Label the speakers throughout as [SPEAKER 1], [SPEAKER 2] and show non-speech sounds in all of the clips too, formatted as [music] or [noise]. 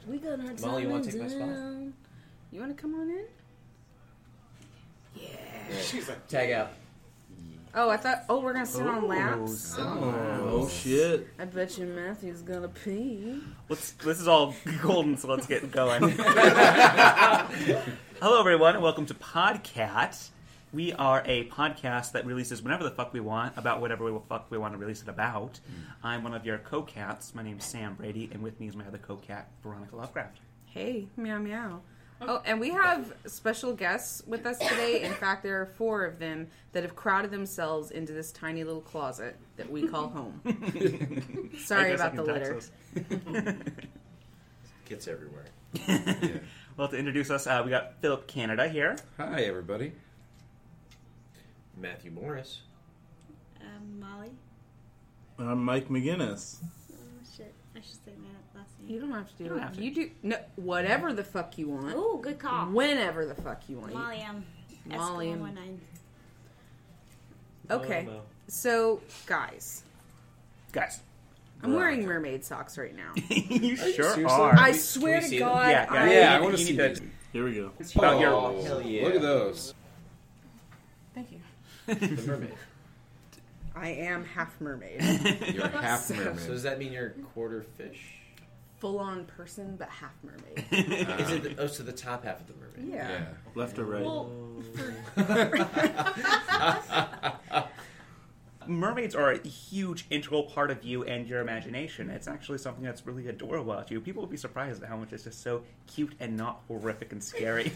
[SPEAKER 1] still not
[SPEAKER 2] Molly, you
[SPEAKER 1] slowing
[SPEAKER 2] wanna take my spot?
[SPEAKER 1] down. You want to come on in? Yeah.
[SPEAKER 3] She's like,
[SPEAKER 2] Tag out.
[SPEAKER 1] Oh, I thought. Oh, we're gonna sit on laps.
[SPEAKER 4] Oh, shit.
[SPEAKER 1] I bet you Matthew's gonna pee.
[SPEAKER 5] Let's, this is all golden, so let's get going. [laughs] Hello, everyone, and welcome to Podcat. We are a podcast that releases whenever the fuck we want about whatever the fuck we want to release it about. I'm one of your co-cats. My name's Sam Brady, and with me is my other co-cat, Veronica Lovecraft.
[SPEAKER 1] Hey, meow meow. Oh, and we have special guests with us today. In fact, there are four of them that have crowded themselves into this tiny little closet that we call home. Sorry
[SPEAKER 5] I guess I
[SPEAKER 1] about the
[SPEAKER 5] can
[SPEAKER 1] litter.
[SPEAKER 5] tax
[SPEAKER 4] Kids everywhere.
[SPEAKER 5] us. [laughs] well, to introduce us, uh, we got Philip Canada here.
[SPEAKER 4] Hi, everybody. Matthew Morris.
[SPEAKER 6] Um, Molly.
[SPEAKER 7] I'm Mike McGinnis.
[SPEAKER 6] Oh shit! I should say that last
[SPEAKER 1] You
[SPEAKER 6] name.
[SPEAKER 1] don't have to do
[SPEAKER 5] don't
[SPEAKER 1] it.
[SPEAKER 5] have to.
[SPEAKER 1] You do no whatever the fuck you want.
[SPEAKER 6] Oh, good call.
[SPEAKER 1] Whenever the fuck you want.
[SPEAKER 6] Molly um, M.
[SPEAKER 1] Molly M.
[SPEAKER 6] Eskimo 19.
[SPEAKER 1] Okay.
[SPEAKER 2] Hello.
[SPEAKER 1] So, guys,
[SPEAKER 5] Guys, [laughs]
[SPEAKER 1] I'm wearing mermaid socks right now.
[SPEAKER 5] you
[SPEAKER 4] you
[SPEAKER 5] sure
[SPEAKER 4] serious?
[SPEAKER 5] are.
[SPEAKER 1] I swear
[SPEAKER 4] we
[SPEAKER 1] to
[SPEAKER 4] see
[SPEAKER 1] God,
[SPEAKER 5] Yeah, yeah,
[SPEAKER 1] I,
[SPEAKER 4] yeah, I
[SPEAKER 5] you-
[SPEAKER 4] want to
[SPEAKER 5] you
[SPEAKER 4] see
[SPEAKER 5] need
[SPEAKER 4] that.
[SPEAKER 5] to-
[SPEAKER 7] Here we go.
[SPEAKER 5] It's about your
[SPEAKER 2] hell yeah.
[SPEAKER 4] Look at those.
[SPEAKER 1] Thank you.
[SPEAKER 4] The mermaid.
[SPEAKER 1] I am half mermaid. [laughs]
[SPEAKER 5] [laughs]
[SPEAKER 4] You're half mermaid.
[SPEAKER 1] So does
[SPEAKER 4] So is
[SPEAKER 2] that mean you're quarter fish?
[SPEAKER 1] Full on person, but half mermaid.
[SPEAKER 4] [laughs] Is it
[SPEAKER 2] the, oh, so the top half of the mermaid.
[SPEAKER 1] Yeah.
[SPEAKER 7] Left or right?
[SPEAKER 1] Well,
[SPEAKER 5] mermaids are a huge integral part of you and your imagination. It's actually something that's really adorable about you. People would be surprised at how much it's just so cute and not horrific and scary.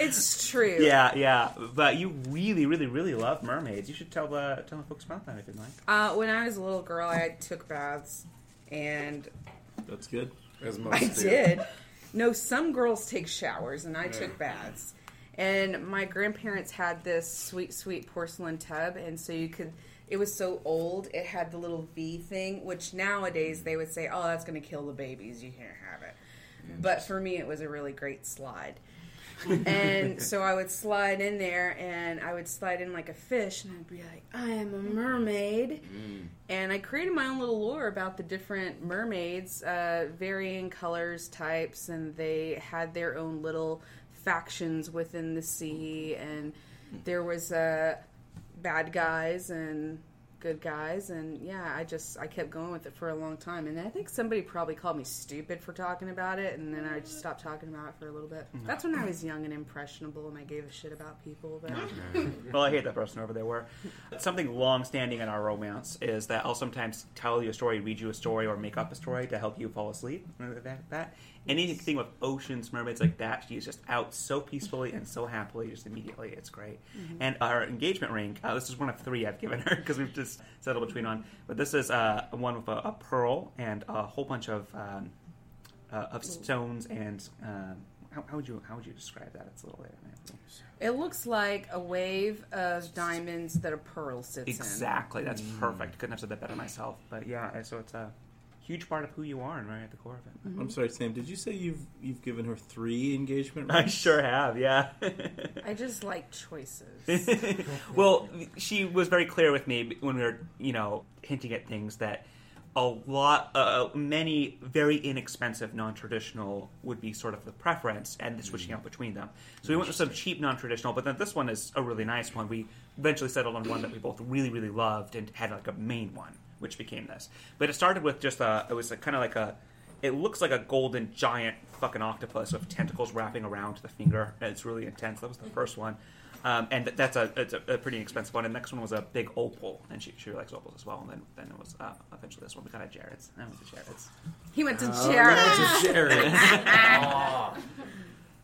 [SPEAKER 1] it's true.
[SPEAKER 5] [laughs] yeah, yeah. But you really, really, really love mermaids. You should tell the tell the folks about that if you'd like.
[SPEAKER 1] Uh, when I was a little girl, I took baths, and
[SPEAKER 7] That's good.
[SPEAKER 4] As most
[SPEAKER 1] I
[SPEAKER 4] do.
[SPEAKER 1] did. No, some girls take showers, and I took baths. And my grandparents had this sweet, sweet porcelain tub, and so you could. It was so old; it had the little V thing, which nowadays they would say, "Oh, that's going to kill the babies. You can't have it." But for me, it was a really great slide. and so I would slide in there, and I would slide in like a fish, and I'd be like, "I am a mermaid." And I created my own little lore about the different mermaids, uh, varying colors, types, and they had their own little factions within the sea. And there was uh, bad guys and good guys, and yeah, I just I kept going with it for a long time. And I think somebody probably called me stupid for talking about it, and then I just stopped talking about it for a little bit. That's when I was young and impressionable, and I gave a shit about people. But
[SPEAKER 5] [laughs] Well, I hate that person over there. Where something long-standing in our romance is that I'll sometimes tell you a story, read you a story, or make up a story to help you fall asleep. Remember That, that anything with oceans, mermaids like that, she is just out so peacefully and so happily, just immediately. It's great. And our engagement ring. Uh, this is one of three I've given her [laughs] because we've just settled between on. But this is uh, one with a, a pearl and a whole bunch of um, uh, of stones and. Um, how, how would you how would you describe that? It's a little.
[SPEAKER 1] It looks like a wave of diamonds that a pearl sits
[SPEAKER 5] Exactly. That's perfect. Couldn't have said that better myself. But yeah, and so it's a huge part of who you are and right at the core of it.
[SPEAKER 7] I'm sorry, Sam. Did you say you've you've given her three engagement
[SPEAKER 5] [laughs] I
[SPEAKER 7] rings?
[SPEAKER 5] sure have, yeah. [laughs]
[SPEAKER 1] in. I just like choices.
[SPEAKER 5] well, she was very clear with me when we were, you know, hinting at things that a lot, uh, many very inexpensive non traditional would be sort of the preference and the switching out between them. So we went with some cheap non traditional, but then this one is a really nice one. We eventually settled on one that we both really, really loved and had like a main one, which became this. But it started with just a, it was kind of like a, it looks like a golden giant fucking octopus with tentacles wrapping around to the finger. And It's really intense. That was the first one, um, and th- that's a it's a, a pretty expensive one. And the next one was a big opal, and she, she likes opals as well. And then then it was uh, eventually this one. We got a Jared's. That was a Jared's.
[SPEAKER 1] He went to
[SPEAKER 4] Oh,
[SPEAKER 1] Jared.
[SPEAKER 4] that's a Jared.
[SPEAKER 1] [laughs]
[SPEAKER 4] Ah.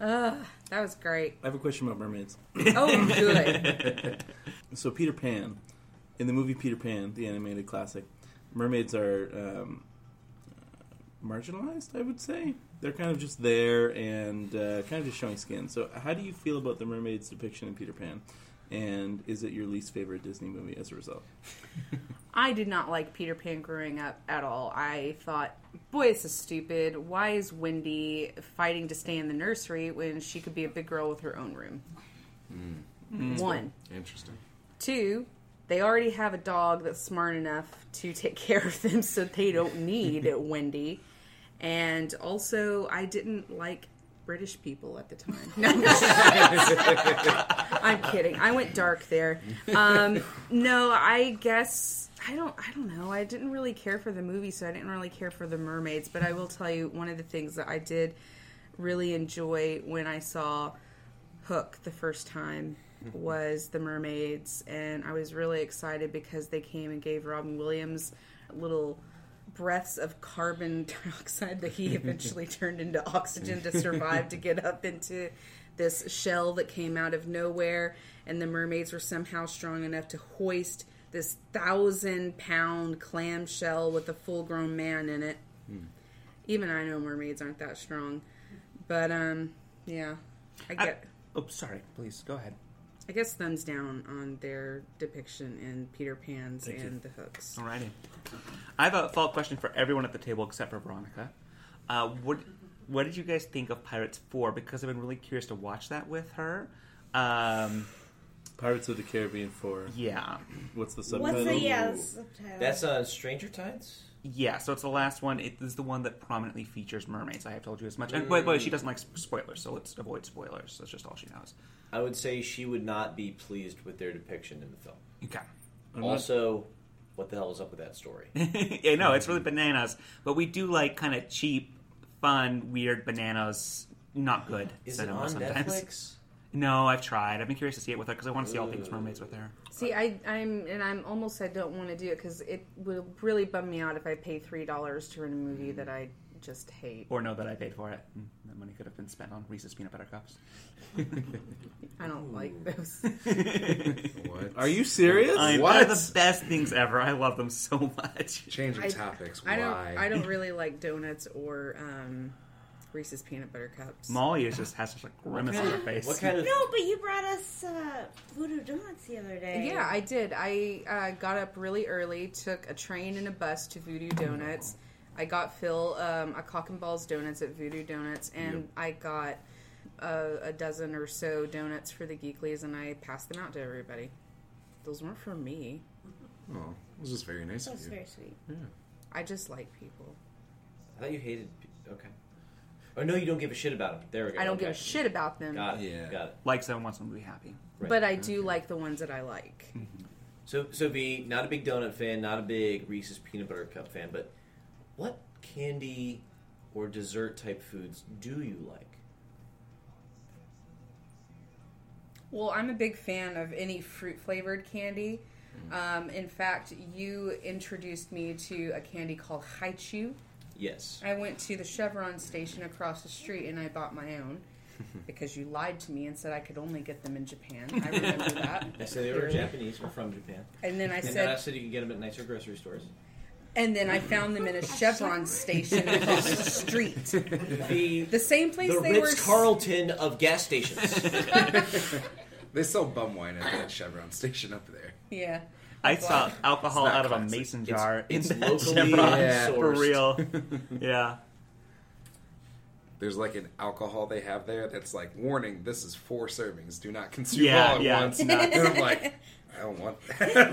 [SPEAKER 1] Ugh, that was great.
[SPEAKER 7] I have a question about mermaids.
[SPEAKER 1] Oh, good.
[SPEAKER 7] So Peter Pan, in the movie Peter Pan, the animated classic, mermaids are um, uh, marginalized. I would say they're kind of just there and uh, kind of just showing skin. So how do you feel about the mermaids depiction in Peter Pan? And is it your least favorite Disney movie as a result?
[SPEAKER 1] I did not like Peter Pan growing up at all. I thought, boy, this is stupid. Why is Wendy fighting to stay in the nursery when she could be a big girl with her own room? One.
[SPEAKER 4] Interesting.
[SPEAKER 1] Two, they already have [laughs] a dog that's smart enough to take care of them so they don't need Wendy. And also, I didn't like British people at the time. [laughs] No, I'm just- I'm kidding. I went dark there. Um, no, I guess I don't. I don't know. I didn't really care for the movie, so I didn't really care for the mermaids. But I will tell you, one of the things that I did really enjoy when I saw Hook the first time was the mermaids, and I was really excited because they came and gave Robin Williams little breaths of carbon [laughs] dioxide that he
[SPEAKER 5] [laughs]
[SPEAKER 1] eventually turned into oxygen to survive to get up into this shell that came out of nowhere and the mermaids were somehow strong enough to hoist this thousand pound clam shell with a full grown man in it
[SPEAKER 5] Hmm.
[SPEAKER 1] even i know mermaids aren't that strong but um yeah i
[SPEAKER 5] I-
[SPEAKER 1] get
[SPEAKER 5] Oh, sorry. Please go ahead.
[SPEAKER 1] I guess thumbs down on their depiction in Peter Pan's
[SPEAKER 7] Thank you.
[SPEAKER 1] and the hooks.
[SPEAKER 5] [laughs] Alrighty. I have a follow-up question for everyone at the table except for Veronica. Uh, what What did you guys think of Pirates Four? Because I've been really curious to watch that with her. Um,
[SPEAKER 7] Pirates of the Caribbean 4.
[SPEAKER 5] yeah,
[SPEAKER 7] What's the
[SPEAKER 6] What's
[SPEAKER 7] subtitle?
[SPEAKER 6] the yeah
[SPEAKER 2] Ooh.
[SPEAKER 6] the subtitle?
[SPEAKER 2] That's uh, Stranger Tides.
[SPEAKER 5] yeah. So it's the last one. It is the one that prominently features mermaids. I have told you as much. And wait,
[SPEAKER 2] Mm.
[SPEAKER 5] wait, she doesn't like sp- spoilers, so let's avoid spoilers. That's just all she knows.
[SPEAKER 2] I would say she would not be pleased with their depiction in the film.
[SPEAKER 5] Okay. [laughs]
[SPEAKER 7] I'm not-
[SPEAKER 2] also, what the hell is up with that story?
[SPEAKER 5] yeah, no, it's really
[SPEAKER 2] Mm-hmm.
[SPEAKER 5] bananas. But we do like kind of cheap, fun, weird bananas. Not good.
[SPEAKER 2] Is it
[SPEAKER 5] cinema
[SPEAKER 2] on
[SPEAKER 5] sometimes.
[SPEAKER 2] Netflix?
[SPEAKER 5] [laughs] No, I've tried. I've been curious to see it with her because I want to see all things mermaids with her.
[SPEAKER 1] See, I, I'm and I'm almost I don't want to do it because it will really bum me out if I pay three dollars to rent a movie that I just hate.
[SPEAKER 5] Or know that I paid for it. Mm, That money could have been spent on Reese's peanut butter cups. [laughs]
[SPEAKER 1] I don't like those.
[SPEAKER 4] What?
[SPEAKER 7] Are you serious?
[SPEAKER 5] I, [laughs]
[SPEAKER 4] What?
[SPEAKER 5] They're the best things ever. I love them so
[SPEAKER 2] [laughs]
[SPEAKER 5] much.
[SPEAKER 4] Changing
[SPEAKER 1] I-
[SPEAKER 4] topics.
[SPEAKER 1] I don't.
[SPEAKER 4] Why?
[SPEAKER 1] I don't really like donuts or um, Reese's peanut butter cups.
[SPEAKER 5] Molly is just has such a grimace on her face.
[SPEAKER 2] What kind of?
[SPEAKER 6] no, but you brought us uh, voodoo donuts the other day.
[SPEAKER 1] Yeah, I did. I uh, got up really early, took a train and a bus to Voodoo Donuts. I got Phil um, a cock and balls donuts at Voodoo Donuts, and I got uh, a, a dozen or so donuts for the Geeklies, and I passed them out to everybody. Those weren't for me.
[SPEAKER 4] Oh, this is very nice
[SPEAKER 6] That was
[SPEAKER 4] of you.
[SPEAKER 6] very sweet.
[SPEAKER 1] I just like people.
[SPEAKER 2] I thought you hated. pe- Okay. Oh no, you don't give a shit about them. There we go.
[SPEAKER 1] I don't give a
[SPEAKER 2] okay.
[SPEAKER 1] shit about them,
[SPEAKER 2] Got it.
[SPEAKER 4] Yeah.
[SPEAKER 2] Got it.
[SPEAKER 5] like someone wants them to be
[SPEAKER 4] [laughs]
[SPEAKER 5] happy.
[SPEAKER 2] Right. Hmm.
[SPEAKER 1] but I do like the ones that I like.
[SPEAKER 2] So, so V, not a big donut fan, not a big Reese's peanut butter cup fan, but what candy or dessert type foods do you like?
[SPEAKER 1] Well, I'm a big fan of any fruit flavored candy.
[SPEAKER 2] Hmm.
[SPEAKER 1] Um, in fact, you introduced me to a candy called Haichu.
[SPEAKER 2] Yes.
[SPEAKER 1] I went to the Chevron station across the street and I bought my own because you lied to me and said I could only get them in Japan. I remember that.
[SPEAKER 2] I said they were Japanese or from Japan.
[SPEAKER 1] And then I
[SPEAKER 2] and uh, then I
[SPEAKER 1] said,
[SPEAKER 2] said you could get them at nicer
[SPEAKER 1] [laughs]
[SPEAKER 2] grocery stores.
[SPEAKER 1] and then I found them in a Chevron station across the street.
[SPEAKER 2] The,
[SPEAKER 1] The same place
[SPEAKER 2] the
[SPEAKER 1] they were.
[SPEAKER 2] Ritz Carlton of gas
[SPEAKER 5] [laughs]
[SPEAKER 2] stations.
[SPEAKER 4] They sell bum wine at that Chevron station up there.
[SPEAKER 1] Yeah.
[SPEAKER 5] I
[SPEAKER 1] That's
[SPEAKER 5] saw
[SPEAKER 1] why.
[SPEAKER 5] alcohol
[SPEAKER 4] It's not
[SPEAKER 5] out of a
[SPEAKER 4] classic.
[SPEAKER 5] mason jar [laughs]
[SPEAKER 2] it's
[SPEAKER 5] in that
[SPEAKER 2] locally
[SPEAKER 5] Chevron.
[SPEAKER 4] Yeah.
[SPEAKER 5] For
[SPEAKER 2] sourced.
[SPEAKER 4] [laughs]
[SPEAKER 5] real. Yeah.
[SPEAKER 4] There's like an alcohol they have there that's like warning: this is four servings. Do not consume
[SPEAKER 5] Yeah,
[SPEAKER 4] all at
[SPEAKER 1] [laughs]
[SPEAKER 5] yeah,
[SPEAKER 4] once.
[SPEAKER 5] it's not-
[SPEAKER 4] And I'm like, I don't want that.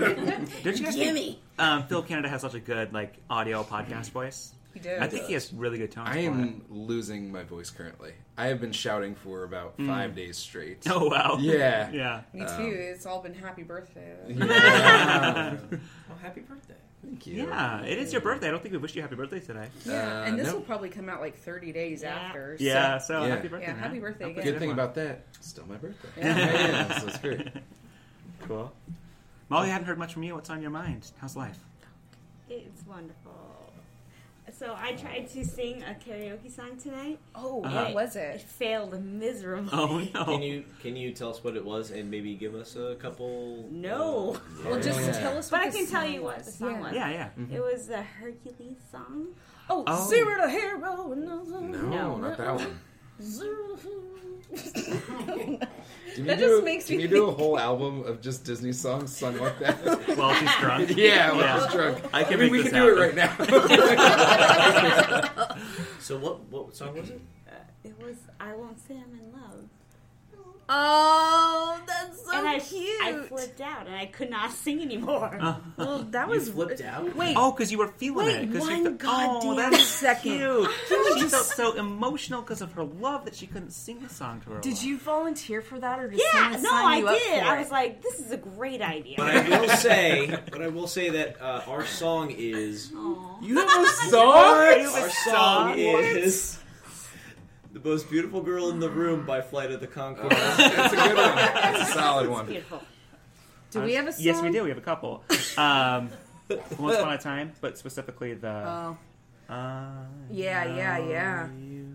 [SPEAKER 5] [laughs] Don't you guys think um, Phil Canada has such a good like audio podcast
[SPEAKER 4] Mm-hmm.
[SPEAKER 5] voice?
[SPEAKER 1] He did.
[SPEAKER 5] I think he has really good tone.
[SPEAKER 4] I
[SPEAKER 5] for it. [laughs]
[SPEAKER 4] am losing my voice currently. I have been shouting for about five days straight.
[SPEAKER 5] Oh wow.
[SPEAKER 4] Yeah.
[SPEAKER 5] Yeah.
[SPEAKER 1] Me too. It's all been happy birthday.
[SPEAKER 4] [laughs]
[SPEAKER 5] [laughs]
[SPEAKER 4] Yeah.
[SPEAKER 2] oh, happy birthday.
[SPEAKER 4] Thank you.
[SPEAKER 5] Yeah, it is your birthday. I don't think we wished you happy birthday today.
[SPEAKER 1] Yeah,
[SPEAKER 4] Uh,
[SPEAKER 1] and this
[SPEAKER 4] no.
[SPEAKER 1] will probably come out like 30 days
[SPEAKER 6] Yeah.
[SPEAKER 1] after. so-
[SPEAKER 5] Yeah, so,
[SPEAKER 4] Yeah.
[SPEAKER 5] happy birthday.
[SPEAKER 1] Yeah, happy
[SPEAKER 5] man.
[SPEAKER 1] birthday
[SPEAKER 5] Don't
[SPEAKER 1] again.
[SPEAKER 5] forget
[SPEAKER 4] Good
[SPEAKER 5] [laughs]
[SPEAKER 4] thing
[SPEAKER 5] one.
[SPEAKER 4] about that, still my birthday.
[SPEAKER 1] Yeah.
[SPEAKER 4] Yeah, so it's great.
[SPEAKER 5] [laughs] Cool. Molly, I haven't heard much from you. What's on your mind? How's
[SPEAKER 4] [laughs]
[SPEAKER 5] life?
[SPEAKER 6] It's wonderful. So I tried to sing a karaoke song tonight.
[SPEAKER 1] Oh,
[SPEAKER 5] Uh-huh.
[SPEAKER 1] what was
[SPEAKER 6] It
[SPEAKER 1] it?
[SPEAKER 6] failed miserably.
[SPEAKER 5] Oh no.
[SPEAKER 2] Can you can you tell us what it was and maybe give us a couple?
[SPEAKER 6] No.
[SPEAKER 1] Well, just
[SPEAKER 4] Yeah.
[SPEAKER 1] tell us.
[SPEAKER 6] But
[SPEAKER 1] what
[SPEAKER 6] I
[SPEAKER 1] the
[SPEAKER 6] can tell
[SPEAKER 1] song
[SPEAKER 6] you what the song
[SPEAKER 1] Yeah.
[SPEAKER 6] was.
[SPEAKER 5] yeah, yeah.
[SPEAKER 4] Mm-hmm.
[SPEAKER 6] It was a Hercules song.
[SPEAKER 1] Oh,
[SPEAKER 5] Oh.
[SPEAKER 1] zero to hero. No,
[SPEAKER 4] No,
[SPEAKER 6] No.
[SPEAKER 4] not that one.
[SPEAKER 1] Zero to hero.
[SPEAKER 4] Can you
[SPEAKER 1] That
[SPEAKER 4] do
[SPEAKER 1] just
[SPEAKER 4] a,
[SPEAKER 1] makes
[SPEAKER 4] can
[SPEAKER 1] me
[SPEAKER 4] you do a whole album of just Disney songs sung like that?
[SPEAKER 5] Well, she's drunk.
[SPEAKER 4] [laughs] yeah,
[SPEAKER 5] [laughs]
[SPEAKER 4] when
[SPEAKER 5] Yeah.
[SPEAKER 4] I was drunk.
[SPEAKER 5] I can
[SPEAKER 4] I mean,
[SPEAKER 5] make
[SPEAKER 4] we
[SPEAKER 5] this
[SPEAKER 4] can do it right
[SPEAKER 5] happen. [laughs]
[SPEAKER 4] now.
[SPEAKER 2] So what what song was it?
[SPEAKER 6] Uh, it was I Won't Say I'm in Love.
[SPEAKER 1] [laughs] Oh, that's so
[SPEAKER 6] and I,
[SPEAKER 1] cute.
[SPEAKER 6] I flipped out and I could not sing anymore.
[SPEAKER 1] well, that
[SPEAKER 2] You
[SPEAKER 1] was
[SPEAKER 2] flipped out?
[SPEAKER 1] Wait,
[SPEAKER 5] Oh, because you were feeling
[SPEAKER 1] Wait
[SPEAKER 5] it. 'cause you
[SPEAKER 1] one
[SPEAKER 5] felt- oh,
[SPEAKER 1] goddamn
[SPEAKER 5] that's
[SPEAKER 1] second.
[SPEAKER 5] Cute.
[SPEAKER 1] Can we
[SPEAKER 5] she felt
[SPEAKER 1] just-
[SPEAKER 5] so emotional because of her love that she couldn't sing the song to her.
[SPEAKER 1] did you volunteer for that, or did
[SPEAKER 6] yeah,
[SPEAKER 1] someone
[SPEAKER 6] no,
[SPEAKER 1] sign
[SPEAKER 6] I
[SPEAKER 1] you up
[SPEAKER 6] did.
[SPEAKER 1] for
[SPEAKER 6] I
[SPEAKER 1] it?
[SPEAKER 6] was like, this is a great idea.
[SPEAKER 2] But I will say, but I will say that uh, our song is
[SPEAKER 7] You
[SPEAKER 6] [laughs]
[SPEAKER 7] have a song?
[SPEAKER 2] our song is the most beautiful girl in the room by Flight of the Concord.
[SPEAKER 4] That's a good one. That's a solid one.
[SPEAKER 6] Beautiful.
[SPEAKER 1] do we have a song?
[SPEAKER 5] Yes, we do. We have a couple. Um, Once upon a time, but specifically the.
[SPEAKER 1] Oh,
[SPEAKER 5] Uh,
[SPEAKER 1] yeah, yeah, yeah.
[SPEAKER 5] you.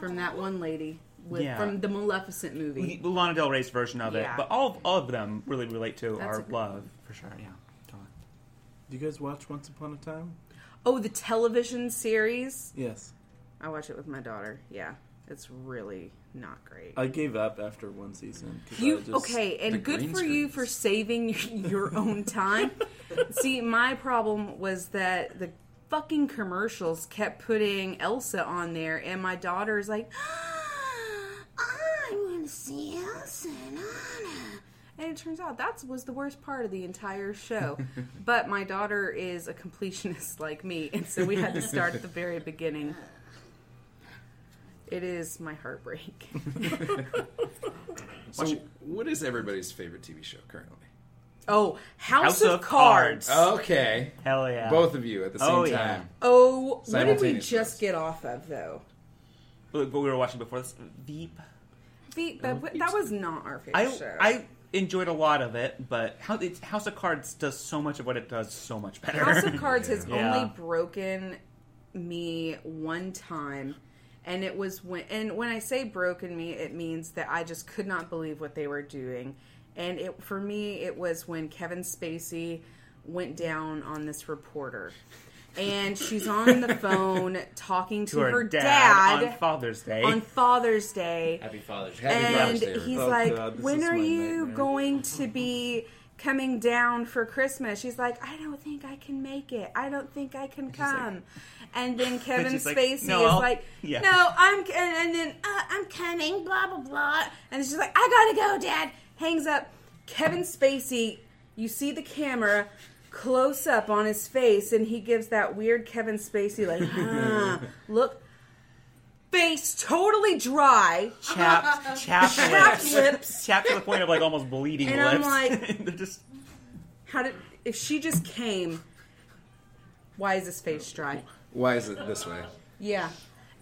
[SPEAKER 1] From that one lady with,
[SPEAKER 5] Yeah.
[SPEAKER 1] from the Maleficent movie.
[SPEAKER 5] Lana Del Rey's version of it,
[SPEAKER 1] Yeah.
[SPEAKER 5] but all, all of them really relate to
[SPEAKER 1] That's a
[SPEAKER 5] our
[SPEAKER 1] good
[SPEAKER 5] love for sure. Yeah, totally.
[SPEAKER 7] Do you guys watch Once Upon a Time?
[SPEAKER 1] Oh, the television series.
[SPEAKER 7] Yes.
[SPEAKER 1] I watch it with my daughter. Yeah, it's really not great.
[SPEAKER 7] I gave up after one season. 'cause I
[SPEAKER 1] You
[SPEAKER 7] just-
[SPEAKER 1] okay?
[SPEAKER 4] the
[SPEAKER 1] And good
[SPEAKER 4] green
[SPEAKER 1] for you for saving [laughs] your, your own time. See, my problem was that the fucking commercials kept putting Elsa on there, and my daughter's like, [gasps] "I want to see Elsa and Anna." And it turns out that was the worst part of the entire show. but my daughter is a completionist [laughs] like me, and so we had to start at the very beginning. It is my heartbreak.
[SPEAKER 4] So, what is everybody's favorite TV show currently?
[SPEAKER 1] Oh, House,
[SPEAKER 5] House
[SPEAKER 1] of,
[SPEAKER 5] of
[SPEAKER 1] Cards.
[SPEAKER 4] Okay.
[SPEAKER 5] Hell yeah.
[SPEAKER 4] Both of you at the same
[SPEAKER 5] Oh, yeah.
[SPEAKER 4] time.
[SPEAKER 1] Oh, what did we
[SPEAKER 4] Simultaneous
[SPEAKER 1] just
[SPEAKER 4] votes.
[SPEAKER 1] get off of though?
[SPEAKER 5] What we were watching before this. Veep.
[SPEAKER 1] The, that, that was not our favorite
[SPEAKER 5] Um, I
[SPEAKER 1] show.
[SPEAKER 5] I enjoyed a lot of it, but how, it's, House of Cards does so much of what it does so much better.
[SPEAKER 1] House
[SPEAKER 5] [laughs]
[SPEAKER 1] of Cards has
[SPEAKER 5] Yeah.
[SPEAKER 1] only broken me one time, and it was when and when I say broken me, it means that I just could not believe what they were doing, and it for me it was when Kevin Spacey went down on this reporter. And she's on
[SPEAKER 5] [laughs]
[SPEAKER 1] the phone talking to,
[SPEAKER 5] to her,
[SPEAKER 1] dad,
[SPEAKER 5] dad, on Father's Day.
[SPEAKER 1] on Father's Day.
[SPEAKER 2] Happy Father's Day.
[SPEAKER 4] Happy
[SPEAKER 1] and
[SPEAKER 4] Father's Day,
[SPEAKER 1] he's
[SPEAKER 4] everybody.
[SPEAKER 1] like,
[SPEAKER 7] Oh, God, this
[SPEAKER 1] "When
[SPEAKER 7] is
[SPEAKER 1] are
[SPEAKER 7] my
[SPEAKER 1] you
[SPEAKER 7] nightmare."
[SPEAKER 1] going to be coming down for Christmas?" She's like, "I don't think I can make it. I don't think I can come." and then Kevin
[SPEAKER 5] she's like,
[SPEAKER 1] Spacey
[SPEAKER 5] "No,
[SPEAKER 1] is
[SPEAKER 5] I'll-"
[SPEAKER 1] like,
[SPEAKER 5] Yeah.
[SPEAKER 1] "No, I'm," and, and then uh, "I'm coming," blah blah blah. And she's like, "I gotta go, Dad." Hangs up. Kevin Spacey, you see the camera. Close up on his face, and he gives that weird Kevin Spacey like huh, look, face totally dry, [laughs]
[SPEAKER 5] Chapped, chapped
[SPEAKER 1] Chapped
[SPEAKER 5] lips.
[SPEAKER 1] lips.
[SPEAKER 5] Chapped to the point of like almost bleeding
[SPEAKER 1] And I'm
[SPEAKER 5] lips.
[SPEAKER 1] like-
[SPEAKER 5] [laughs] They're just
[SPEAKER 1] How did if she just came? Why is his face dry?
[SPEAKER 4] Why is it this way?
[SPEAKER 1] Yeah,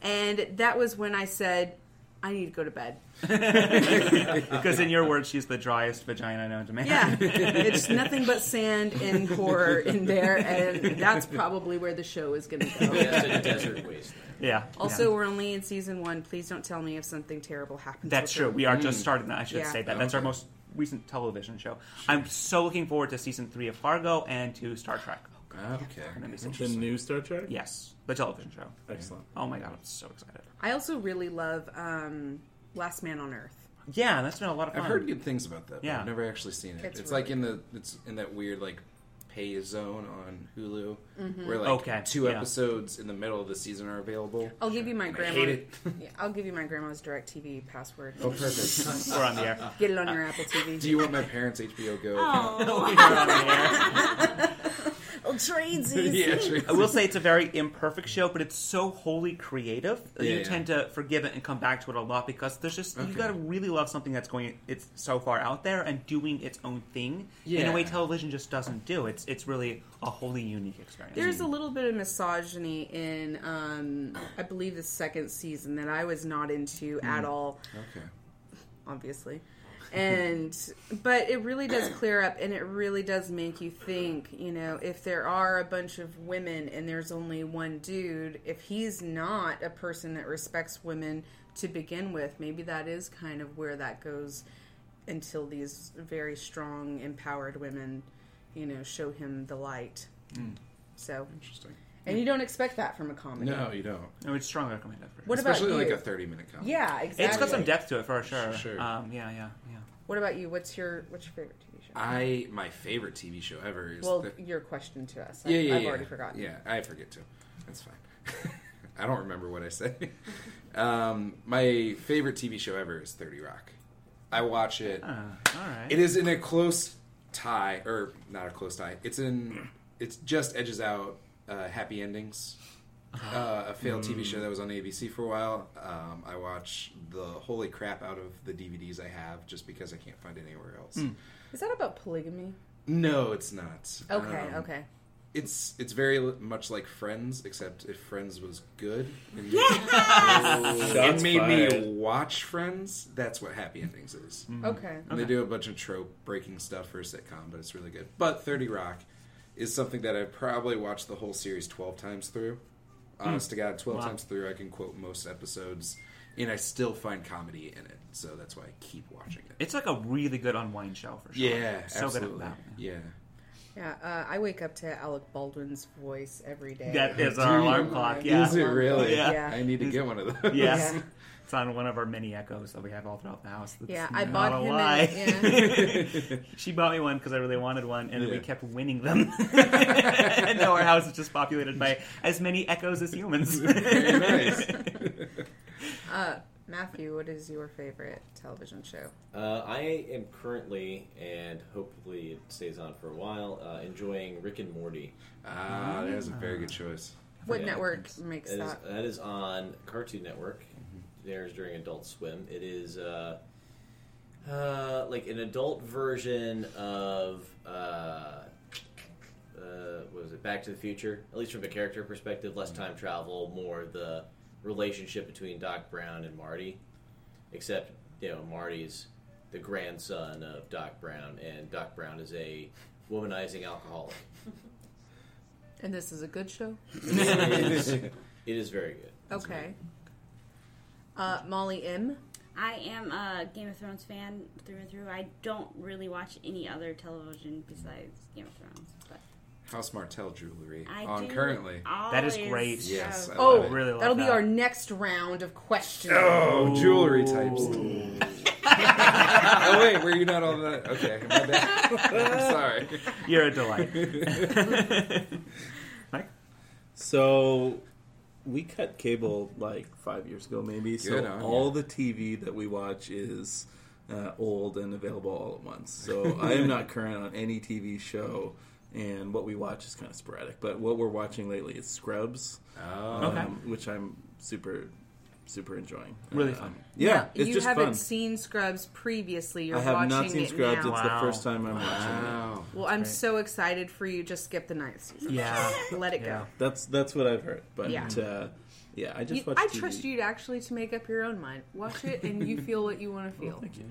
[SPEAKER 1] and that was when I said, "I need to go to bed."
[SPEAKER 5] because in your words, she's the driest vagina known to man.
[SPEAKER 1] Yeah, it's nothing but sand and horror in there, and that's probably where the show is going to go.
[SPEAKER 2] That's a desert wasteland.
[SPEAKER 5] [laughs] yeah.
[SPEAKER 1] Also,
[SPEAKER 5] yeah.
[SPEAKER 1] we're only in season one. Please don't tell me if something terrible happens.
[SPEAKER 5] that's
[SPEAKER 1] with
[SPEAKER 5] true.
[SPEAKER 1] her.
[SPEAKER 5] We are just starting that. I should
[SPEAKER 1] Yeah.
[SPEAKER 5] say that. That's our
[SPEAKER 4] Okay.
[SPEAKER 5] most recent television show. I'm so looking forward to season three of Fargo and to Star Trek.
[SPEAKER 4] Okay.
[SPEAKER 5] That'd be so
[SPEAKER 7] The
[SPEAKER 5] interesting.
[SPEAKER 7] new Star Trek?
[SPEAKER 5] Yes, the television show.
[SPEAKER 7] Excellent.
[SPEAKER 5] Oh my god, I'm so excited.
[SPEAKER 1] I also really love um, Last Man on Earth.
[SPEAKER 5] Yeah, that's been a lot of fun.
[SPEAKER 4] I've heard good things about that. Yeah.
[SPEAKER 5] Yeah.
[SPEAKER 4] I've never actually seen it.
[SPEAKER 1] It's
[SPEAKER 4] It's,
[SPEAKER 1] really
[SPEAKER 4] like in the it's in that weird like pay zone on Hulu
[SPEAKER 1] Mm-hmm.
[SPEAKER 4] where like
[SPEAKER 5] Okay,
[SPEAKER 4] two
[SPEAKER 5] yeah.
[SPEAKER 4] episodes in the middle of the season are available.
[SPEAKER 1] I'll give you my
[SPEAKER 4] And I
[SPEAKER 1] grandma.
[SPEAKER 4] hate it.
[SPEAKER 1] Yeah, I'll give you my grandma's DirecTV password. [laughs]
[SPEAKER 4] Oh, perfect.
[SPEAKER 5] We're on the
[SPEAKER 4] [laughs]
[SPEAKER 5] air.
[SPEAKER 1] Get it on your Apple TV.
[SPEAKER 4] Do you want my parents' HBO Go? account?
[SPEAKER 6] [laughs] Oh,
[SPEAKER 5] We are on the air.
[SPEAKER 1] Oh, tradesies.
[SPEAKER 4] [laughs] yeah, sure.
[SPEAKER 5] I will say it's a very imperfect show, but it's so wholly creative. you
[SPEAKER 4] Yeah.
[SPEAKER 5] tend to forgive it and come back to it a lot because there's just you
[SPEAKER 4] Okay.
[SPEAKER 5] got to really love something that's going it's so far out there and doing its own thing in a
[SPEAKER 4] Yeah.
[SPEAKER 5] way television just doesn't do. It's it's really a wholly unique experience.
[SPEAKER 1] There's a little bit of misogyny in, um, I believe, the second season that I was not into at all,
[SPEAKER 4] Okay.
[SPEAKER 1] obviously. And, but it really does clear up and it really does make you think, you know, if there are a bunch of women and there's only one dude, if he's not a person that respects women to begin with, maybe that is kind of where that goes until these very strong, empowered women, you know, show him the light. So.
[SPEAKER 4] Interesting.
[SPEAKER 1] And you don't expect that from a comedy.
[SPEAKER 4] No, you don't.
[SPEAKER 5] I would strongly recommend it for sure.
[SPEAKER 1] What about
[SPEAKER 4] Especially
[SPEAKER 1] you?
[SPEAKER 4] like a thirty-minute comedy.
[SPEAKER 1] yeah, exactly.
[SPEAKER 5] It's got some depth to it for sure.
[SPEAKER 4] Sure.
[SPEAKER 5] Um, yeah, yeah, yeah.
[SPEAKER 1] What about you? What's your what's your favorite TV show?
[SPEAKER 4] I my favorite TV show ever is
[SPEAKER 1] well,
[SPEAKER 4] the,
[SPEAKER 1] your question to us. I,
[SPEAKER 4] yeah, yeah,
[SPEAKER 1] I've
[SPEAKER 4] yeah.
[SPEAKER 1] already forgotten.
[SPEAKER 4] Yeah, I forget too. That's fine. [laughs] I don't remember what I said. um, my favorite TV show ever is Thirty Rock. I watch it.
[SPEAKER 5] Ah, all right.
[SPEAKER 4] It is in a close tie, or not a close tie. It's in. It's just edges out uh, happy endings.
[SPEAKER 7] Uh-huh.
[SPEAKER 4] Uh, a failed
[SPEAKER 7] Hmm.
[SPEAKER 4] TV show that was on ABC for a while. Um, I watch the holy crap out of the DVDs I have just because I can't find it anywhere else.
[SPEAKER 7] Hmm.
[SPEAKER 1] Is that about polygamy?
[SPEAKER 4] No, it's not.
[SPEAKER 1] Okay,
[SPEAKER 4] Um,
[SPEAKER 1] okay.
[SPEAKER 4] It's it's very li- much like Friends, except if Friends was good. And
[SPEAKER 7] Shots
[SPEAKER 4] it made
[SPEAKER 7] fired. Hmm.
[SPEAKER 4] me watch Friends. That's what Happy Endings is.
[SPEAKER 1] Okay.
[SPEAKER 4] And They do a bunch of trope breaking stuff for a sitcom, but it's really good. But Thirty Rock is something that I've probably watched the whole series twelve times through. Honest to God, twelve
[SPEAKER 5] Hmm. Wow.
[SPEAKER 4] times through. I can quote most episodes, and I still find comedy in it. So that's why I keep watching it.
[SPEAKER 5] It's like a really good unwind show for sure.
[SPEAKER 4] Yeah,
[SPEAKER 5] so
[SPEAKER 4] absolutely.
[SPEAKER 5] good at
[SPEAKER 4] Yeah.
[SPEAKER 1] Yeah, uh, I wake up to Alec Baldwin's voice every day.
[SPEAKER 5] that. That
[SPEAKER 4] [laughs]
[SPEAKER 5] is our
[SPEAKER 4] Dude.
[SPEAKER 5] alarm clock.
[SPEAKER 1] Yeah.
[SPEAKER 4] Is
[SPEAKER 5] Yeah,
[SPEAKER 4] it really?
[SPEAKER 5] Yeah.
[SPEAKER 1] Yeah.
[SPEAKER 4] I need to get one of
[SPEAKER 5] [laughs]
[SPEAKER 4] those.
[SPEAKER 5] yes.
[SPEAKER 1] Yeah.
[SPEAKER 5] It's on one of our many echoes that we have all throughout the house. That's
[SPEAKER 1] Yeah, I
[SPEAKER 5] not
[SPEAKER 1] bought
[SPEAKER 5] a
[SPEAKER 1] him an-
[SPEAKER 5] lie.
[SPEAKER 1] yeah.
[SPEAKER 5] [laughs] she bought me one because I really wanted one, and then we
[SPEAKER 4] Yeah.
[SPEAKER 5] kept winning them. [laughs] and now our house is just populated by as many echoes as humans.
[SPEAKER 4] [laughs] Very [laughs] nice. [laughs]
[SPEAKER 1] Uh, Matthew, what is your favorite television show?
[SPEAKER 2] Uh, I am currently, and hopefully it stays on for a while, uh, enjoying Rick and Morty.
[SPEAKER 4] Ah, that is a very good choice.
[SPEAKER 1] What
[SPEAKER 2] Yeah.
[SPEAKER 1] network makes
[SPEAKER 2] That is,
[SPEAKER 1] that?
[SPEAKER 2] that is on Cartoon Network. There's during Adult Swim. It is uh, uh, like an adult version of uh, uh, what was it Back to the Future? At least from a character perspective, less time travel, more the relationship between Doc Brown and Marty. Except you know Marty's the grandson of Doc Brown, and Doc Brown is a womanizing alcoholic.
[SPEAKER 1] And this is a good show?
[SPEAKER 2] It is very good.
[SPEAKER 1] Okay. Uh, Molly M.
[SPEAKER 6] I am a Game of Thrones fan through and through. I don't really watch any other television besides Game of Thrones, but
[SPEAKER 4] House Martell jewelry
[SPEAKER 6] I
[SPEAKER 4] on
[SPEAKER 6] do
[SPEAKER 4] currently.
[SPEAKER 5] That is
[SPEAKER 6] always
[SPEAKER 5] great.
[SPEAKER 4] Yes,
[SPEAKER 6] have-
[SPEAKER 4] I
[SPEAKER 1] Oh,
[SPEAKER 4] love it.
[SPEAKER 5] really love
[SPEAKER 1] That'll be
[SPEAKER 5] that.
[SPEAKER 1] our next round of questions.
[SPEAKER 4] Oh, jewelry types. [laughs] oh wait, were you not on that? Okay, my bad.
[SPEAKER 2] [laughs]
[SPEAKER 4] I'm sorry.
[SPEAKER 5] [laughs] You're a delight. [laughs] Mike?
[SPEAKER 7] So we cut cable like five years ago, maybe. So
[SPEAKER 4] Good on
[SPEAKER 7] all the TV that we watch is uh, old and available all at once. So I am [laughs] not current on any TV show, and what we watch is kind of sporadic. But what we're watching lately is Scrubs,
[SPEAKER 4] Oh,
[SPEAKER 5] Okay.
[SPEAKER 7] um, which I'm super, super enjoying.
[SPEAKER 5] Really
[SPEAKER 7] Uh,
[SPEAKER 5] fun.
[SPEAKER 7] Yeah,
[SPEAKER 1] Now,
[SPEAKER 7] it's
[SPEAKER 1] you
[SPEAKER 7] just
[SPEAKER 1] haven't
[SPEAKER 7] fun.
[SPEAKER 1] seen Scrubs previously. You're
[SPEAKER 7] I have
[SPEAKER 1] watching
[SPEAKER 7] not seen
[SPEAKER 1] it
[SPEAKER 7] Scrubs.
[SPEAKER 1] now.
[SPEAKER 7] It's
[SPEAKER 5] Wow.
[SPEAKER 7] the first time I'm watching it.
[SPEAKER 4] wow.
[SPEAKER 1] Well, I'm
[SPEAKER 5] That's
[SPEAKER 1] so excited for you. Just skip the ninth season.
[SPEAKER 5] Yeah.
[SPEAKER 1] Let it
[SPEAKER 5] Yeah.
[SPEAKER 1] go.
[SPEAKER 7] That's that's what I've heard. But
[SPEAKER 1] Yeah.
[SPEAKER 7] uh, yeah, I just
[SPEAKER 1] You-
[SPEAKER 7] watch.
[SPEAKER 1] I
[SPEAKER 7] TV.
[SPEAKER 1] trust you to actually to make up your own mind. Watch it and you feel what you want to
[SPEAKER 7] Well,
[SPEAKER 1] feel.
[SPEAKER 7] [laughs] thank you.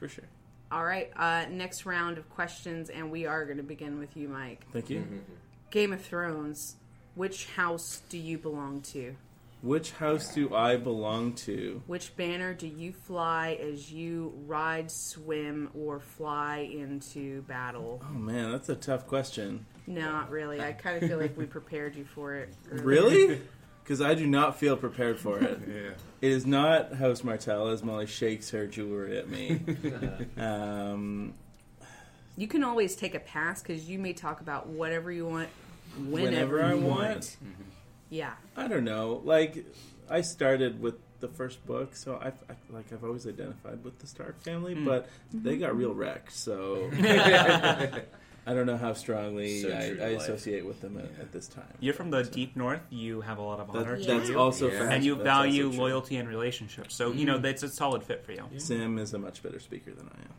[SPEAKER 7] For sure.
[SPEAKER 1] All right, uh, next round of questions, and we are going to begin with you, Mike.
[SPEAKER 7] Thank you.
[SPEAKER 1] Game of Thrones. Which house do you belong to?
[SPEAKER 7] Which house do I belong to?
[SPEAKER 1] Which banner do you fly as you ride, swim, or fly into battle?
[SPEAKER 7] Oh man, that's a tough question.
[SPEAKER 1] No, not really. I kind of feel like we prepared you for it. earlier. [laughs]
[SPEAKER 7] Really? Because I do not feel prepared for it.
[SPEAKER 4] Yeah.
[SPEAKER 7] It is not House Martell as Molly shakes her jewelry at
[SPEAKER 1] [laughs]
[SPEAKER 7] me. um,
[SPEAKER 1] You can always take a pass because you may talk about whatever you want, whenever,
[SPEAKER 7] whenever I
[SPEAKER 1] you want.
[SPEAKER 7] want.
[SPEAKER 1] Yeah.
[SPEAKER 7] I don't know. Like I started with the first book, so I, I like I've always identified with the Stark family, but
[SPEAKER 6] Mm-hmm.
[SPEAKER 7] they got real wrecked. [laughs] So I don't know how strongly
[SPEAKER 2] So
[SPEAKER 7] I,
[SPEAKER 2] true to
[SPEAKER 7] I
[SPEAKER 2] life.
[SPEAKER 7] associate with them at,
[SPEAKER 4] Yeah.
[SPEAKER 7] at this time.
[SPEAKER 5] You're from the deep north. You have a lot of honor.
[SPEAKER 7] That,
[SPEAKER 6] Yeah.
[SPEAKER 7] That's also
[SPEAKER 4] Yeah.
[SPEAKER 7] fact.
[SPEAKER 5] and you
[SPEAKER 7] That's
[SPEAKER 5] value
[SPEAKER 7] also true.
[SPEAKER 5] loyalty and relationships. So, you
[SPEAKER 4] Mm-hmm.
[SPEAKER 5] know, that's a solid fit for you.
[SPEAKER 7] Sam is a much better speaker than I am.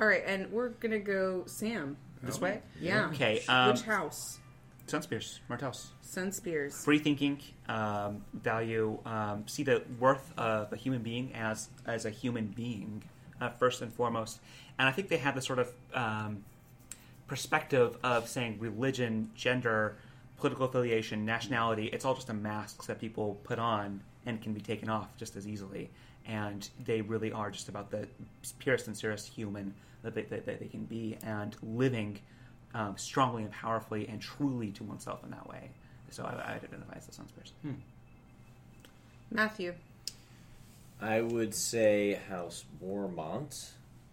[SPEAKER 1] All right, and we're gonna go Sam
[SPEAKER 5] [laughs] This way?
[SPEAKER 1] Yeah.
[SPEAKER 5] Okay. Um,
[SPEAKER 1] Which house?
[SPEAKER 5] Sunspears, Martels.
[SPEAKER 1] Sun Spears.
[SPEAKER 5] Free thinking, um, value, um, see the worth of a human being as, as a human being, uh, first and foremost. And I think they have this sort of um, perspective of saying religion, gender, political affiliation, nationality, it's all just a mask that people put on and can be taken off just as easily. And they really are just about the purest and sincerest human that they, that, that they can be and living um, strongly and powerfully and truly to oneself in that way. So I, I identify as the sun's person.
[SPEAKER 1] Matthew.
[SPEAKER 2] I would say House Mormont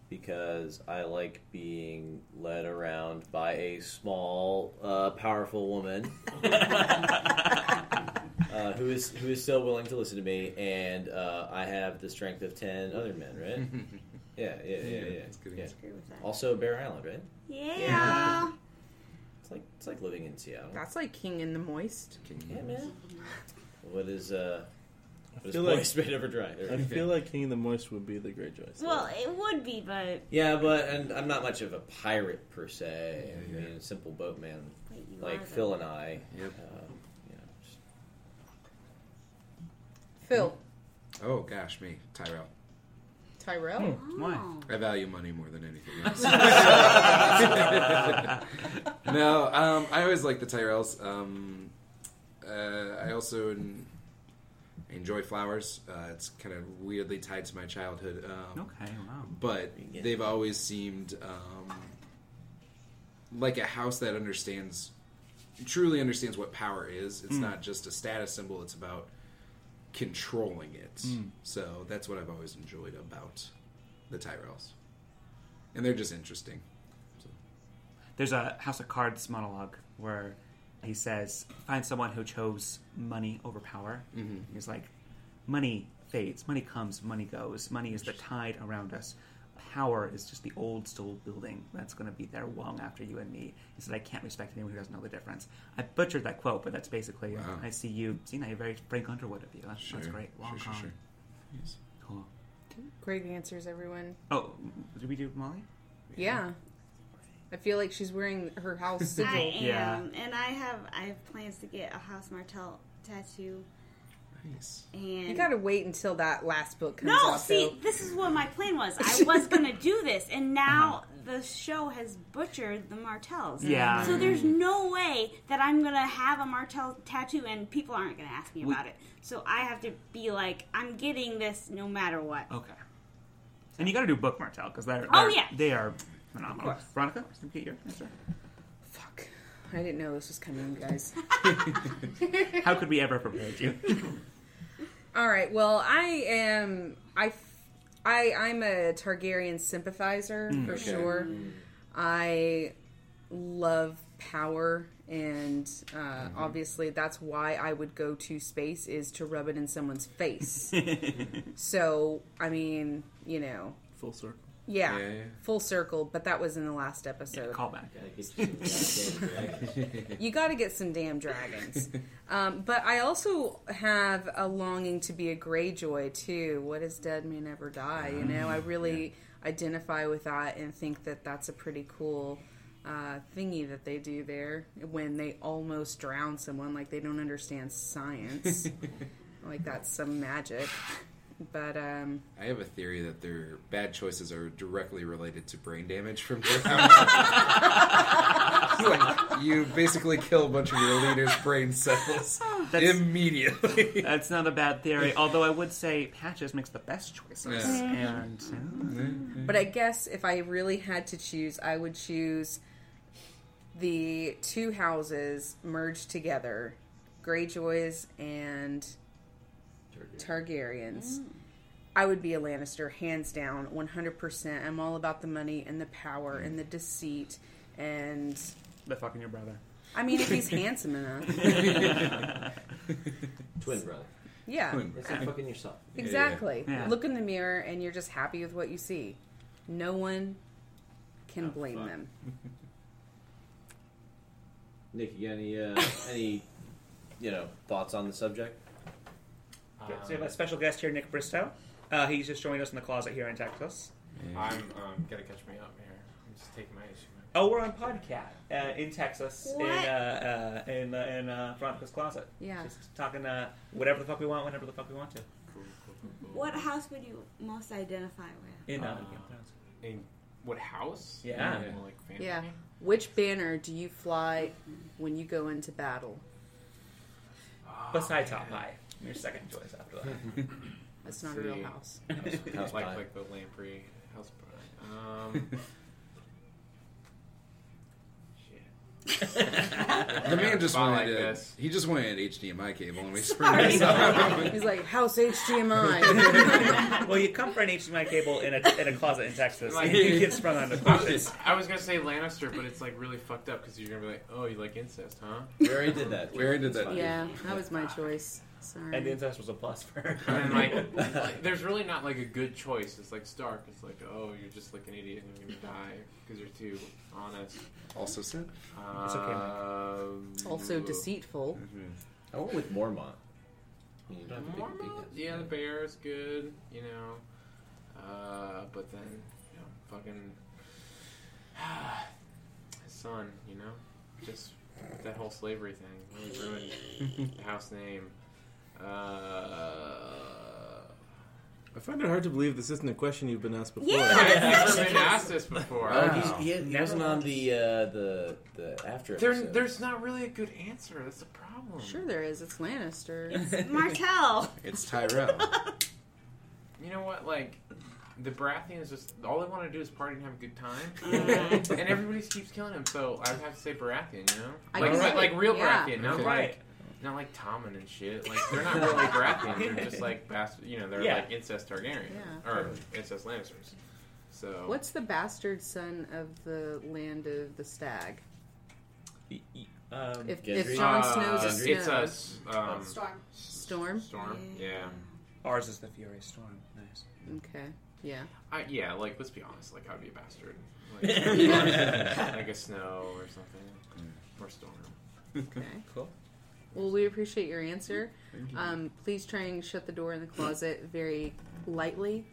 [SPEAKER 2] because I like being led around by a small, uh, powerful woman. uh, who is who is still willing to listen to me, and uh, I have the strength of ten other men, right? Yeah, yeah, yeah, yeah.
[SPEAKER 4] That's good
[SPEAKER 2] yeah.
[SPEAKER 4] answer.
[SPEAKER 6] Agree with that.
[SPEAKER 2] Also, Bear Island, right?
[SPEAKER 6] yeah.
[SPEAKER 2] Yeah. It's like it's like living in Seattle.
[SPEAKER 1] That's like King in the Moist.
[SPEAKER 2] Yeah, man. What is uh? What
[SPEAKER 7] feel
[SPEAKER 2] is
[SPEAKER 7] like-
[SPEAKER 2] moist made over dry? [laughs]
[SPEAKER 7] I feel like King of the Moist would be the great choice.
[SPEAKER 6] Well, it would be, but
[SPEAKER 2] Yeah, but and I'm not much of a pirate per se.
[SPEAKER 4] Yeah,
[SPEAKER 2] I
[SPEAKER 4] yeah.
[SPEAKER 2] mean, a simple boatman
[SPEAKER 6] wait, you are
[SPEAKER 2] like
[SPEAKER 6] the-
[SPEAKER 2] Phil and I.
[SPEAKER 4] Yep.
[SPEAKER 2] Uh, you know, just-
[SPEAKER 1] Phil,
[SPEAKER 4] Oh gosh, me, Tyrell.
[SPEAKER 1] Tyrell.
[SPEAKER 5] Hmm. Why?
[SPEAKER 6] Oh.
[SPEAKER 4] I value money more than anything
[SPEAKER 2] [laughs]
[SPEAKER 4] else. [laughs] no, um, I always like the Tyrells. Um, uh, I also en- enjoy flowers. Uh, it's kind of weirdly tied to my childhood. Um,
[SPEAKER 5] Okay, wow.
[SPEAKER 4] But
[SPEAKER 2] Yeah.
[SPEAKER 4] they've always seemed um, like a house that understands, truly understands what power is. It's not just a status symbol, it's about controlling it. So that's what I've always enjoyed about the Tyrells. And they're just interesting.
[SPEAKER 5] There's a House of Cards monologue where he says, "Find someone who chose money over power." mm
[SPEAKER 4] Mm-hmm.
[SPEAKER 5] He's like, "Money fades, money comes, money goes. Money is the tide around us. Power is just the old stole building that's going to be there long after you and me." He said, "I can't respect anyone who doesn't know the difference." I butchered that quote, but that's basically.
[SPEAKER 4] Wow.
[SPEAKER 5] I see you, Zena. You're very Frank Underwood of you. That's, that's
[SPEAKER 4] Sure.
[SPEAKER 5] great. Long
[SPEAKER 4] Sure,
[SPEAKER 5] gone.
[SPEAKER 4] sure, sure.
[SPEAKER 5] Cool.
[SPEAKER 1] Great answers, everyone.
[SPEAKER 5] Oh, did we do Molly?
[SPEAKER 1] Yeah. I feel like she's wearing her house sigil.
[SPEAKER 6] I am,
[SPEAKER 5] Yeah.
[SPEAKER 6] and I have I have plans to get a House Martell tattoo,
[SPEAKER 4] Nice.
[SPEAKER 6] and
[SPEAKER 1] You gotta wait until that last book comes
[SPEAKER 6] no,
[SPEAKER 1] out.
[SPEAKER 6] see,
[SPEAKER 1] though.
[SPEAKER 6] this is what my plan was.
[SPEAKER 1] [laughs]
[SPEAKER 6] I was gonna do this, and
[SPEAKER 1] Uh-huh.
[SPEAKER 6] now the show has butchered the Martells.
[SPEAKER 5] Yeah.
[SPEAKER 6] So there's no way that I'm gonna have a Martell tattoo, and people aren't gonna ask me
[SPEAKER 5] We-
[SPEAKER 6] about it. So I have to be like, I'm getting this no matter what.
[SPEAKER 5] Okay. And you got to do book Martel because they're,
[SPEAKER 6] Oh,
[SPEAKER 5] they're-
[SPEAKER 6] yeah.
[SPEAKER 5] they are phenomenal.
[SPEAKER 1] Of course.
[SPEAKER 5] Veronica, get your answer.
[SPEAKER 1] Fuck. I didn't know this was coming, guys.
[SPEAKER 5] How could we ever have prepared
[SPEAKER 1] [laughs]
[SPEAKER 5] you?
[SPEAKER 1] All right. Well, I am. I. f- I. I'm a Targaryen sympathizer for
[SPEAKER 4] Okay.
[SPEAKER 1] sure. I love power, and uh, obviously that's why I would go to space is to rub it in someone's face. so I mean, you know,
[SPEAKER 7] Full circle.
[SPEAKER 1] yeah,
[SPEAKER 4] Yeah, yeah.
[SPEAKER 1] full circle. But that was in the last episode.
[SPEAKER 5] Call back.
[SPEAKER 2] gotta get you some goddamn dragons.
[SPEAKER 1] [laughs] you got to get some damn dragons. um, but I also have a longing to be a Greyjoy too. What is dead may never die. You know, I really identify with that and think that that's a pretty cool uh, thingy that they do there when they almost drown someone. Like they don't understand science. like that's some magic. But um,
[SPEAKER 4] I have a theory that their bad choices are directly related to brain damage from [laughs] like you basically kill a bunch of your leader's brain cells
[SPEAKER 5] [laughs] That's- [laughs]
[SPEAKER 4] immediately.
[SPEAKER 5] That's not a
[SPEAKER 1] [laughs]
[SPEAKER 5] bad theory, although I would say Patches makes the best choices.
[SPEAKER 4] Yeah.
[SPEAKER 1] Mm-hmm.
[SPEAKER 5] And
[SPEAKER 1] But I guess if I really had to choose, I would choose the two houses merged together Greyjoys and Targaryens. I would be a Lannister, hands down, 100%. I'm all about the money and the power and the deceit. And
[SPEAKER 5] the fucking your brother.
[SPEAKER 1] I mean, if he's handsome enough.
[SPEAKER 2] Twin brother.
[SPEAKER 1] Yeah,
[SPEAKER 2] It's like fucking yourself.
[SPEAKER 1] exactly.
[SPEAKER 5] Yeah.
[SPEAKER 1] Look in the mirror and you're just happy with what you see. No one can blame
[SPEAKER 2] fuck.
[SPEAKER 1] them.
[SPEAKER 2] Nick, you got any uh, any you know thoughts on the subject?
[SPEAKER 5] so we have a special guest here, Nick Bristow. Uh, he's just joined us in the closet here in Texas.
[SPEAKER 3] I'm um, gotta catch me up here. I'm just taking my issue. Man.
[SPEAKER 5] Oh, we're on podcast uh, in Texas
[SPEAKER 6] What?
[SPEAKER 5] in uh, uh, in, uh, in uh, Veronica's closet.
[SPEAKER 1] Yeah.
[SPEAKER 5] Just talking uh, whatever the fuck we want, whenever the fuck we want to.
[SPEAKER 3] Cool, cool, cool, cool.
[SPEAKER 6] What house would you most identify with?
[SPEAKER 5] In uh,
[SPEAKER 3] Uh,
[SPEAKER 5] Game of Thrones.
[SPEAKER 3] And what house?
[SPEAKER 5] Yeah.
[SPEAKER 3] Well, like family.
[SPEAKER 1] Yeah. Which banner do you fly when you go into battle?
[SPEAKER 3] Oh,
[SPEAKER 5] Besides
[SPEAKER 3] man.
[SPEAKER 5] Top Pie, your second choice after that.
[SPEAKER 1] That's not a real
[SPEAKER 3] See.
[SPEAKER 1] house.
[SPEAKER 3] House-
[SPEAKER 2] House
[SPEAKER 3] like
[SPEAKER 2] pie.
[SPEAKER 3] like the lamprey house pie. Um. shit.
[SPEAKER 4] The man just
[SPEAKER 3] Spot
[SPEAKER 4] wanted
[SPEAKER 3] like
[SPEAKER 4] to,
[SPEAKER 3] this.
[SPEAKER 4] he just wanted HDMI cable and we spring
[SPEAKER 6] [laughs]
[SPEAKER 4] this
[SPEAKER 3] [laughs]
[SPEAKER 4] up.
[SPEAKER 1] He's like House HDMI.
[SPEAKER 5] well, you come for an HDMI cable in a, in a closet in Texas.
[SPEAKER 3] Like-
[SPEAKER 5] you get sprung on the
[SPEAKER 3] I was,
[SPEAKER 5] closets.
[SPEAKER 3] just, I was gonna say Lannister, but it's like really fucked up because you're gonna be like, oh, you like incest, huh?
[SPEAKER 2] We already did that.
[SPEAKER 4] We already did that.
[SPEAKER 2] It's fine.
[SPEAKER 1] yeah, that was my choice. Sorry.
[SPEAKER 8] and the incest was a plus for her.
[SPEAKER 3] And then, like, like, there's really not like a good choice. It's like Stark. It's like, oh, you're just like an idiot and you're gonna die because you're too honest.
[SPEAKER 4] Also said.
[SPEAKER 5] It's okay, Mike.
[SPEAKER 3] Um,
[SPEAKER 1] also deceitful.
[SPEAKER 2] I went with Mormont. I mean, you don't have to pick a big
[SPEAKER 3] Mormont?
[SPEAKER 2] head.
[SPEAKER 3] Yeah, the bear is good. You know, uh, but then you know, fucking [sighs] his son. You know, just that whole slavery thing really ruined the house name.
[SPEAKER 2] [laughs]
[SPEAKER 3] Uh,
[SPEAKER 7] I find it hard to believe this isn't a question you've been asked before. [laughs]
[SPEAKER 5] [laughs]
[SPEAKER 6] Yeah.
[SPEAKER 1] [laughs]
[SPEAKER 3] I've never been asked this before.
[SPEAKER 2] Oh,
[SPEAKER 4] Wow.
[SPEAKER 2] he's, he, had- he wasn't on the uh, the the after.
[SPEAKER 3] There,
[SPEAKER 2] episode.
[SPEAKER 3] there's not really a good answer. That's the problem.
[SPEAKER 1] Sure, there is. It's Lannister.
[SPEAKER 6] Martell.
[SPEAKER 4] It's Tyrell.
[SPEAKER 3] You know what? Like, the Baratheons just all they want to do is party and have a good
[SPEAKER 1] Uh,
[SPEAKER 3] time, and everybody keeps killing him. So I would have to say Baratheon. You know,
[SPEAKER 1] I
[SPEAKER 3] like
[SPEAKER 1] guess
[SPEAKER 3] like,
[SPEAKER 1] it-
[SPEAKER 3] like real
[SPEAKER 1] yeah.
[SPEAKER 3] Baratheon, not
[SPEAKER 4] Okay.
[SPEAKER 3] like not like Tommen and shit. Like [laughs] they're not really [laughs] Baratheon. They're just like bastard. You know, they're
[SPEAKER 8] Yeah.
[SPEAKER 3] like incest Targaryen
[SPEAKER 1] Yeah.
[SPEAKER 3] or incest Lannisters. So
[SPEAKER 1] What's the bastard son of the land of the stag?
[SPEAKER 2] He- he-
[SPEAKER 8] Um,
[SPEAKER 1] If,
[SPEAKER 2] Gendry?
[SPEAKER 1] if Jon
[SPEAKER 3] Uh,
[SPEAKER 1] Snow's a
[SPEAKER 3] it's
[SPEAKER 1] Snow.
[SPEAKER 3] a s- um,
[SPEAKER 9] Storm.
[SPEAKER 1] Storm?
[SPEAKER 3] Storm. yeah.
[SPEAKER 5] Ours is the Furious Storm.
[SPEAKER 3] [laughs]
[SPEAKER 5] Nice.
[SPEAKER 1] Okay. Yeah.
[SPEAKER 3] I, yeah, like let's be honest, like I would be a bastard, like, like a snow or something, or storm.
[SPEAKER 1] Okay.
[SPEAKER 5] Cool.
[SPEAKER 1] Well, we appreciate your answer. Um, please try and shut the door in the closet very lightly.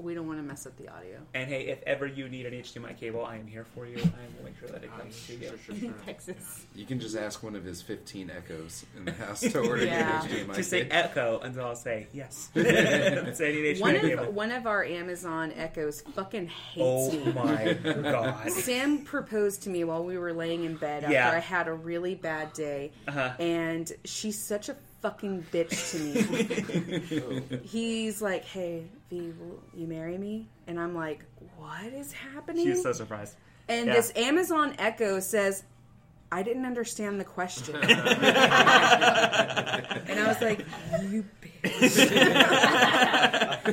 [SPEAKER 1] We don't want to mess up the audio.
[SPEAKER 5] And hey, if ever you need an HDMI cable, I am here for you. I will make sure that it
[SPEAKER 3] Um,
[SPEAKER 5] comes to you.
[SPEAKER 3] sure, [laughs] sure, sure.
[SPEAKER 1] Texas.
[SPEAKER 4] You can just ask one of his 15 echoes in the house to order
[SPEAKER 1] Yeah.
[SPEAKER 4] your HDMI.
[SPEAKER 5] Just say e-
[SPEAKER 4] cable.
[SPEAKER 5] echo until I'll say
[SPEAKER 3] [laughs]
[SPEAKER 5] yes. [laughs] say I need an
[SPEAKER 1] One
[SPEAKER 5] HDMI cable.
[SPEAKER 1] of one of our Amazon echoes fucking hates
[SPEAKER 5] Oh
[SPEAKER 1] me.
[SPEAKER 3] [laughs]
[SPEAKER 5] my god.
[SPEAKER 1] Sam proposed to me while we were laying in bed after
[SPEAKER 5] Yeah.
[SPEAKER 1] I had a really bad day,
[SPEAKER 5] Uh-huh.
[SPEAKER 1] and she's such a fucking bitch
[SPEAKER 5] [laughs]
[SPEAKER 1] to
[SPEAKER 7] Oh. [laughs]
[SPEAKER 1] me. He's like, "Hey, V, will you marry me?" And I'm like, "What is happening?"
[SPEAKER 5] She's so surprised. [laughs]
[SPEAKER 1] and
[SPEAKER 5] yeah.
[SPEAKER 1] this Amazon Echo says, "I didn't understand the question," and I was like, "You bitch."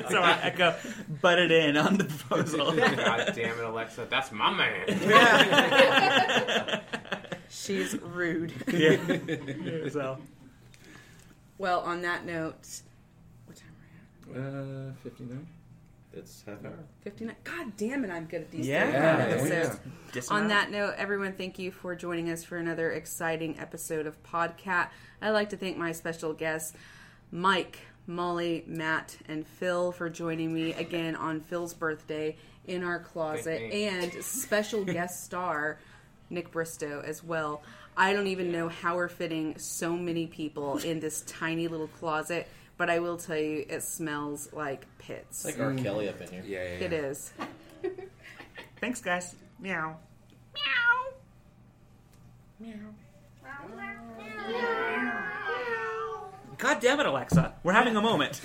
[SPEAKER 5] so I echo butted in on the proposal.
[SPEAKER 3] God damn it, Alexa, that's my [laughs] man.
[SPEAKER 1] She's rude.
[SPEAKER 5] yeah. So
[SPEAKER 1] Well, on that note, what time are we at?
[SPEAKER 7] Uh, 59?
[SPEAKER 2] [laughs] it's half an hour.
[SPEAKER 1] 59. God damn it, I'm good at these
[SPEAKER 5] Yeah.
[SPEAKER 1] things.
[SPEAKER 4] Yeah,
[SPEAKER 1] Episodes.
[SPEAKER 4] yeah.
[SPEAKER 1] On that note, everyone, thank you for joining us for another exciting episode of Podcat. I'd like to thank my special guests, Mike, Molly, Matt, and Phil, for joining me again on Phil's birthday in our closet,
[SPEAKER 3] Thank
[SPEAKER 1] and special guest star Nick Bristow as well. I don't even know how we're fitting so many people in this tiny little closet, but I will tell you, it smells like pits.
[SPEAKER 2] It's like
[SPEAKER 3] Mm.
[SPEAKER 2] R. Kelly up in here.
[SPEAKER 4] Yeah, yeah, yeah.
[SPEAKER 1] it is.
[SPEAKER 5] Thanks, guys. Meow. God damn it, Alexa. We're having a moment.